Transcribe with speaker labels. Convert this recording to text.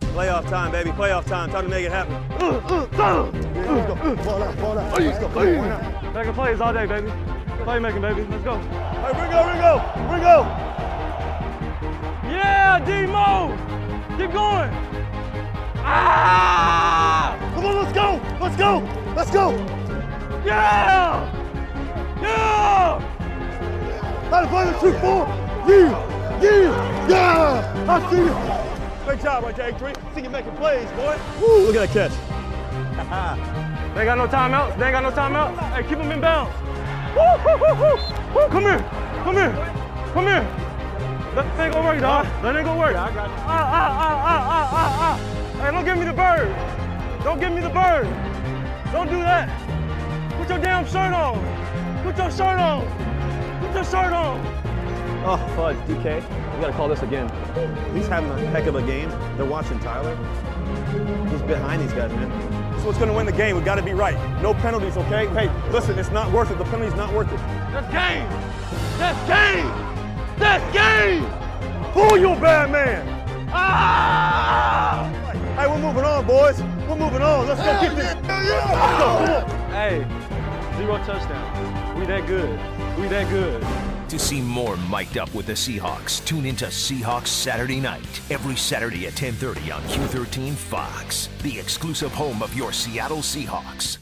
Speaker 1: Playoff time, baby. Playoff time. Time to make it happen.
Speaker 2: Ball out, ball out. Let's go. Ball out.
Speaker 3: Making plays all day, baby. Playmaking, baby. Let's go.
Speaker 1: All right, Ringo, Ringo, Ringo.
Speaker 3: Yeah, Demo! Keep going! Ah!
Speaker 2: Come on, let's go. Let's go. Let's go.
Speaker 3: Yeah! Yeah!
Speaker 2: Not a brother, two, four. Yeah, yeah, yeah. I see it.
Speaker 1: Great job right there, Adrian. See you making plays, boy. Woo, look at that catch.
Speaker 3: They ain't got no timeouts. They ain't got no timeouts. Hey, keep them in bounds. Woo, woo, woo, woo. Woo, come here. Come here. Come here. That ain't gonna work, dog. That ain't gonna work. I got Ah, ah, ah, ah, ah, ah, ah. Hey, don't give me the bird. Don't give me the bird. Don't do that. Put your damn shirt on. Put your shirt on. Put your shirt on.
Speaker 4: Oh, fudge, DK. We gotta call this again.
Speaker 1: He's having a heck of a game. They're watching Tyler. He's behind these guys, man. So it's gonna win the game. We gotta be right. No penalties, okay? Hey, listen, it's not worth it. The penalty's not worth it.
Speaker 3: That's game. That's game. That's game. Pull your bad man. Ah!
Speaker 1: Hey, we're moving on, boys. We're moving on. Let's go get this. Let's go. Come on.
Speaker 3: Hey, zero touchdown. We that good. We that good.
Speaker 5: To see more mic'd up with the Seahawks, tune into Seahawks Saturday Night every Saturday at 10:30 on Q13 Fox, the exclusive home of your Seattle Seahawks.